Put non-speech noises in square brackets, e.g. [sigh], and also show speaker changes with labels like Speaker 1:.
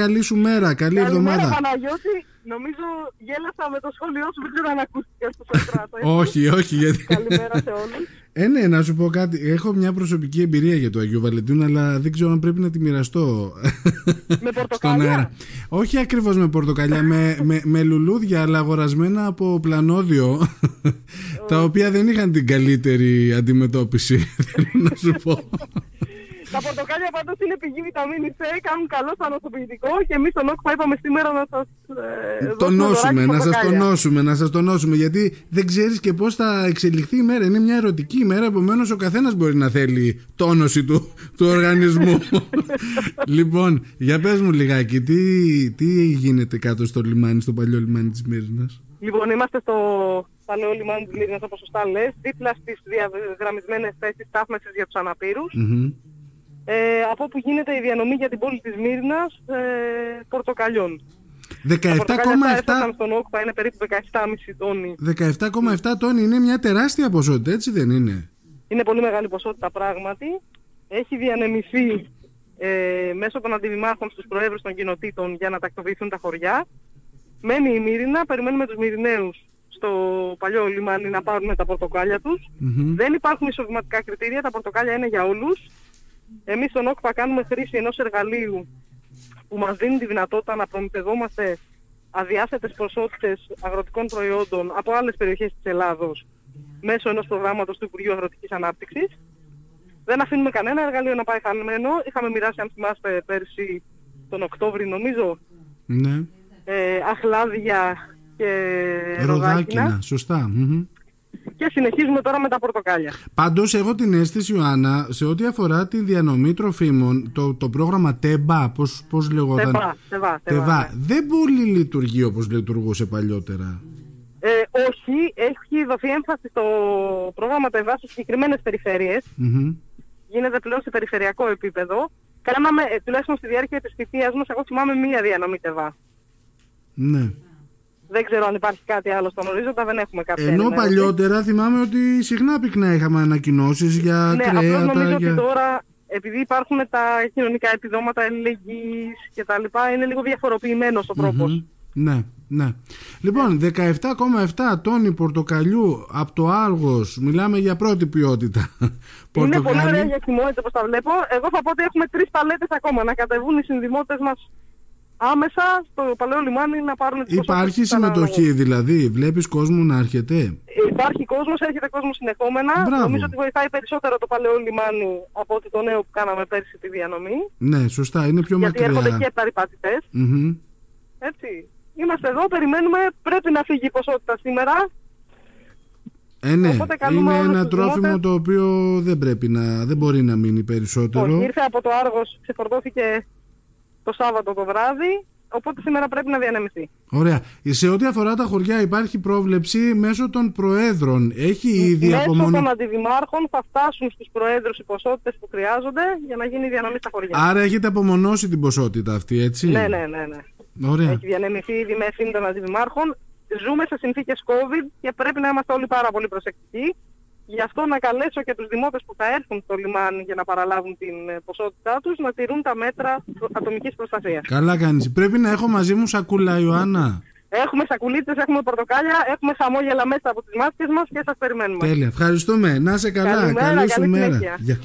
Speaker 1: Καλή σου μέρα, καλή
Speaker 2: Καλημέρα
Speaker 1: εβδομάδα.
Speaker 2: Παναγιώτη, νομίζω γέλασα με το σχόλιο σου, δεν ξέρω αν ακούστηκες στο Σοκράτα. έτσι.
Speaker 1: Όχι, όχι, γιατί.
Speaker 2: Καλημέρα σε όλους.
Speaker 1: ε, ναι, να σου πω κάτι. Έχω μια προσωπική εμπειρία για το Αγίου Βαλεντίνου, αλλά δεν ξέρω αν πρέπει να τη μοιραστώ
Speaker 2: [laughs] Με
Speaker 1: στον αέρα.
Speaker 2: πορτοκάλια.
Speaker 1: Όχι ακριβώς με πορτοκαλιά, με, με, με λουλούδια, αλλά αγορασμένα από πλανόδιο, [laughs] τα οποία δεν είχαν την καλύτερη αντιμετώπιση, [laughs] θέλω να σου πω.
Speaker 2: Τα πορτοκάλια πάντως είναι πηγή βιταμίνη C, κάνουν καλό σαν νοσοποιητικό και εμείς στον ΟΚΠΑ είπαμε σήμερα να σας ε, δώσουμε
Speaker 1: τονώσουμε,
Speaker 2: δωράκι
Speaker 1: να σας
Speaker 2: πορτοκάλια.
Speaker 1: τονώσουμε, να σας τονώσουμε γιατί δεν ξέρεις και πώς θα εξελιχθεί η μέρα. Είναι μια ερωτική ημέρα, επομένως ο καθένας μπορεί να θέλει τόνωση του, του
Speaker 2: [laughs]
Speaker 1: οργανισμού. λοιπόν, για πες μου λιγάκι, τι, τι γίνεται κάτω στο λιμάνι, στο παλιό λιμάνι της Μύρνας.
Speaker 2: Λοιπόν, είμαστε στο παλαιό λιμάνι της Μύρνας, όπως σωστά λες, δίπλα στις διαγραμμισμένες θέσεις στάθμευσης για τους αναπήρους.
Speaker 1: Μμμ.
Speaker 2: Ε, από όπου γίνεται η διανομή για την πόλη της Μύρνας ε, πορτοκαλιών. Τα
Speaker 1: 17,7
Speaker 2: πορτοκάλια αυτά έφτασαν στον ΟΚΠΑ, είναι περίπου 17,5 τόνοι
Speaker 1: 17,7 τόνοι είναι μια τεράστια ποσότητα, έτσι δεν είναι.
Speaker 2: Είναι πολύ μεγάλη ποσότητα πράγματι. Έχει διανεμηθεί ε, μέσω των αντιδημάρχων στους προέδρους των κοινοτήτων για να τακτοποιηθούν τα χωριά. Μένει η Μύρινα, περιμένουμε τους Μυριναίους στο παλιό λιμάνι να πάρουν τα πορτοκάλια τους.
Speaker 1: Μμμ.
Speaker 2: Δεν υπάρχουν ισοβηματικά κριτήρια, τα πορτοκάλια είναι για όλους. Εμείς στον ΟΚΠΑ κάνουμε χρήση ενός εργαλείου που μας δίνει τη δυνατότητα να προμηθευόμαστε αδιάστατες ποσότητες αγροτικών προϊόντων από άλλες περιοχές της Ελλάδος μέσω ενός προγράμματος του Υπουργείου Αγροτικής Ανάπτυξης. Δεν αφήνουμε κανένα εργαλείο να πάει χαμένο. Είχαμε μοιράσει, αν θυμάστε, πέρσι τον Οκτώβρη νομίζω,
Speaker 1: Ναι.
Speaker 2: ε, αχλάδια και Ε, ροδάκινα.
Speaker 1: Ροδάκινα, σωστά. Μμμ.
Speaker 2: Και συνεχίζουμε τώρα με τα πορτοκάλια.
Speaker 1: Πάντως, έχω την αίσθηση, Ιωάννα, σε ό,τι αφορά τη διανομή τροφίμων, το, το πρόγραμμα ΤΕΜΠΑ, πώς πώς λεγόταν.
Speaker 2: Τεβά, τεβά,
Speaker 1: Τεβά,
Speaker 2: τεβά.
Speaker 1: δεν πολύ λειτουργεί όπως λειτουργούσε παλιότερα.
Speaker 2: Ε, όχι, έχει δοθεί έμφαση στο πρόγραμμα ΤΕΒΑ σε συγκεκριμένες περιφέρειες.
Speaker 1: Μμμ.
Speaker 2: Γίνεται πλέον σε περιφερειακό επίπεδο. Κάναμε, ε, τουλάχιστον στη διάρκεια της θητείας μας, εγώ θυμάμαι μία διανομή ΤΕΒΑ.
Speaker 1: Ναι.
Speaker 2: Δεν ξέρω αν υπάρχει κάτι άλλο στον ορίζοντα, δεν έχουμε κάποια
Speaker 1: Ενώ
Speaker 2: ενημέρωση.
Speaker 1: παλιότερα θυμάμαι ότι συχνά πυκνά είχαμε ανακοινώσεις για
Speaker 2: Ναι, απλώς νομίζω
Speaker 1: κρέατα.
Speaker 2: ότι
Speaker 1: Για...
Speaker 2: τώρα, επειδή υπάρχουν τα κοινωνικά επιδόματα ελληνικής και τα λοιπά, είναι λίγο διαφοροποιημένος ο τρόπος.
Speaker 1: Μμμ. Ναι, ναι. Λοιπόν, 17,7 τόνοι πορτοκαλιού από το Άργος. Μιλάμε για πρώτη ποιότητα.
Speaker 2: Είναι πολύ
Speaker 1: Πορτοκάλι.
Speaker 2: ωραία για χυμό, έτσι όπως τα βλέπω. Εγώ θα πω ότι έχουμε τρεις παλέτες ακόμα να κατεβούν οι συνδημότες μας άμεσα στο παλαιό λιμάνι να πάρουν τις
Speaker 1: Υπάρχει
Speaker 2: ποσότητες που
Speaker 1: συμμετοχή, δηλαδή. Βλέπεις κόσμο να έρχεται.
Speaker 2: αναλογούν. Υπάρχει κόσμος, έρχεται κόσμος συνεχόμενα.
Speaker 1: Μπράβο.
Speaker 2: Νομίζω ότι βοηθάει περισσότερο το παλαιό λιμάνι από ότι το νέο που κάναμε πέρσι τη διανομή.
Speaker 1: Ναι, σωστά, είναι πιο
Speaker 2: γιατί έρχονται
Speaker 1: μακριά.
Speaker 2: και περιπατητές.
Speaker 1: Μμμ.
Speaker 2: Έτσι. Είμαστε εδώ, περιμένουμε, πρέπει να φύγει η ποσότητα σήμερα.
Speaker 1: Ε, ναι,
Speaker 2: Οπότε καλούμε
Speaker 1: είναι
Speaker 2: όλους
Speaker 1: ένα
Speaker 2: τους
Speaker 1: τρόφιμο
Speaker 2: δημότες.
Speaker 1: το οποίο δεν πρέπει να, δεν μπορεί να μείνει
Speaker 2: Λοιπόν,
Speaker 1: περισσότερο.
Speaker 2: ήρθε από το Άργος, ξεφορτώθηκε το Σάββατο το βράδυ, οπότε σήμερα πρέπει να διανεμηθεί.
Speaker 1: Ωραία. Σε ό,τι αφορά τα χωριά υπάρχει πρόβλεψη μέσω των προέδρων. Έχει ήδη
Speaker 2: Μέσω
Speaker 1: από μόνο...
Speaker 2: των αντιδημάρχων θα φτάσουν στους προέδρους οι ποσότητες που χρειάζονται για να γίνει η διανομή στα χωριά.
Speaker 1: Άρα έχετε απομονώσει την ποσότητα αυτή, έτσι.
Speaker 2: Ναι, ναι, ναι, ναι.
Speaker 1: Ωραία.
Speaker 2: Έχει διανεμηθεί ήδη με ευθύνη των αντιδημάρχων. Ζούμε σε συνθήκες COVID και πρέπει να είμαστε όλοι πάρα πολύ προσεκτικοί. Γι' αυτό να καλέσω και τους δημότες που θα έρθουν στο λιμάνι για να παραλάβουν την ε, ποσότητά τους να τηρούν τα μέτρα προ- ατομικής προστασίας.
Speaker 1: Καλά κάνεις. Πρέπει να έχω μαζί μου σακούλα, Ιωάννα.
Speaker 2: Έχουμε σακουλίτσες, έχουμε πορτοκάλια, έχουμε χαμόγελα μέσα από τις μάσκες μας και σας περιμένουμε.
Speaker 1: Τέλεια. Ευχαριστούμε. Να σε καλά.
Speaker 2: Καλημέρα,
Speaker 1: Καλή σου
Speaker 2: καλή
Speaker 1: μέρα.
Speaker 2: συνέχεια.
Speaker 1: Γεια.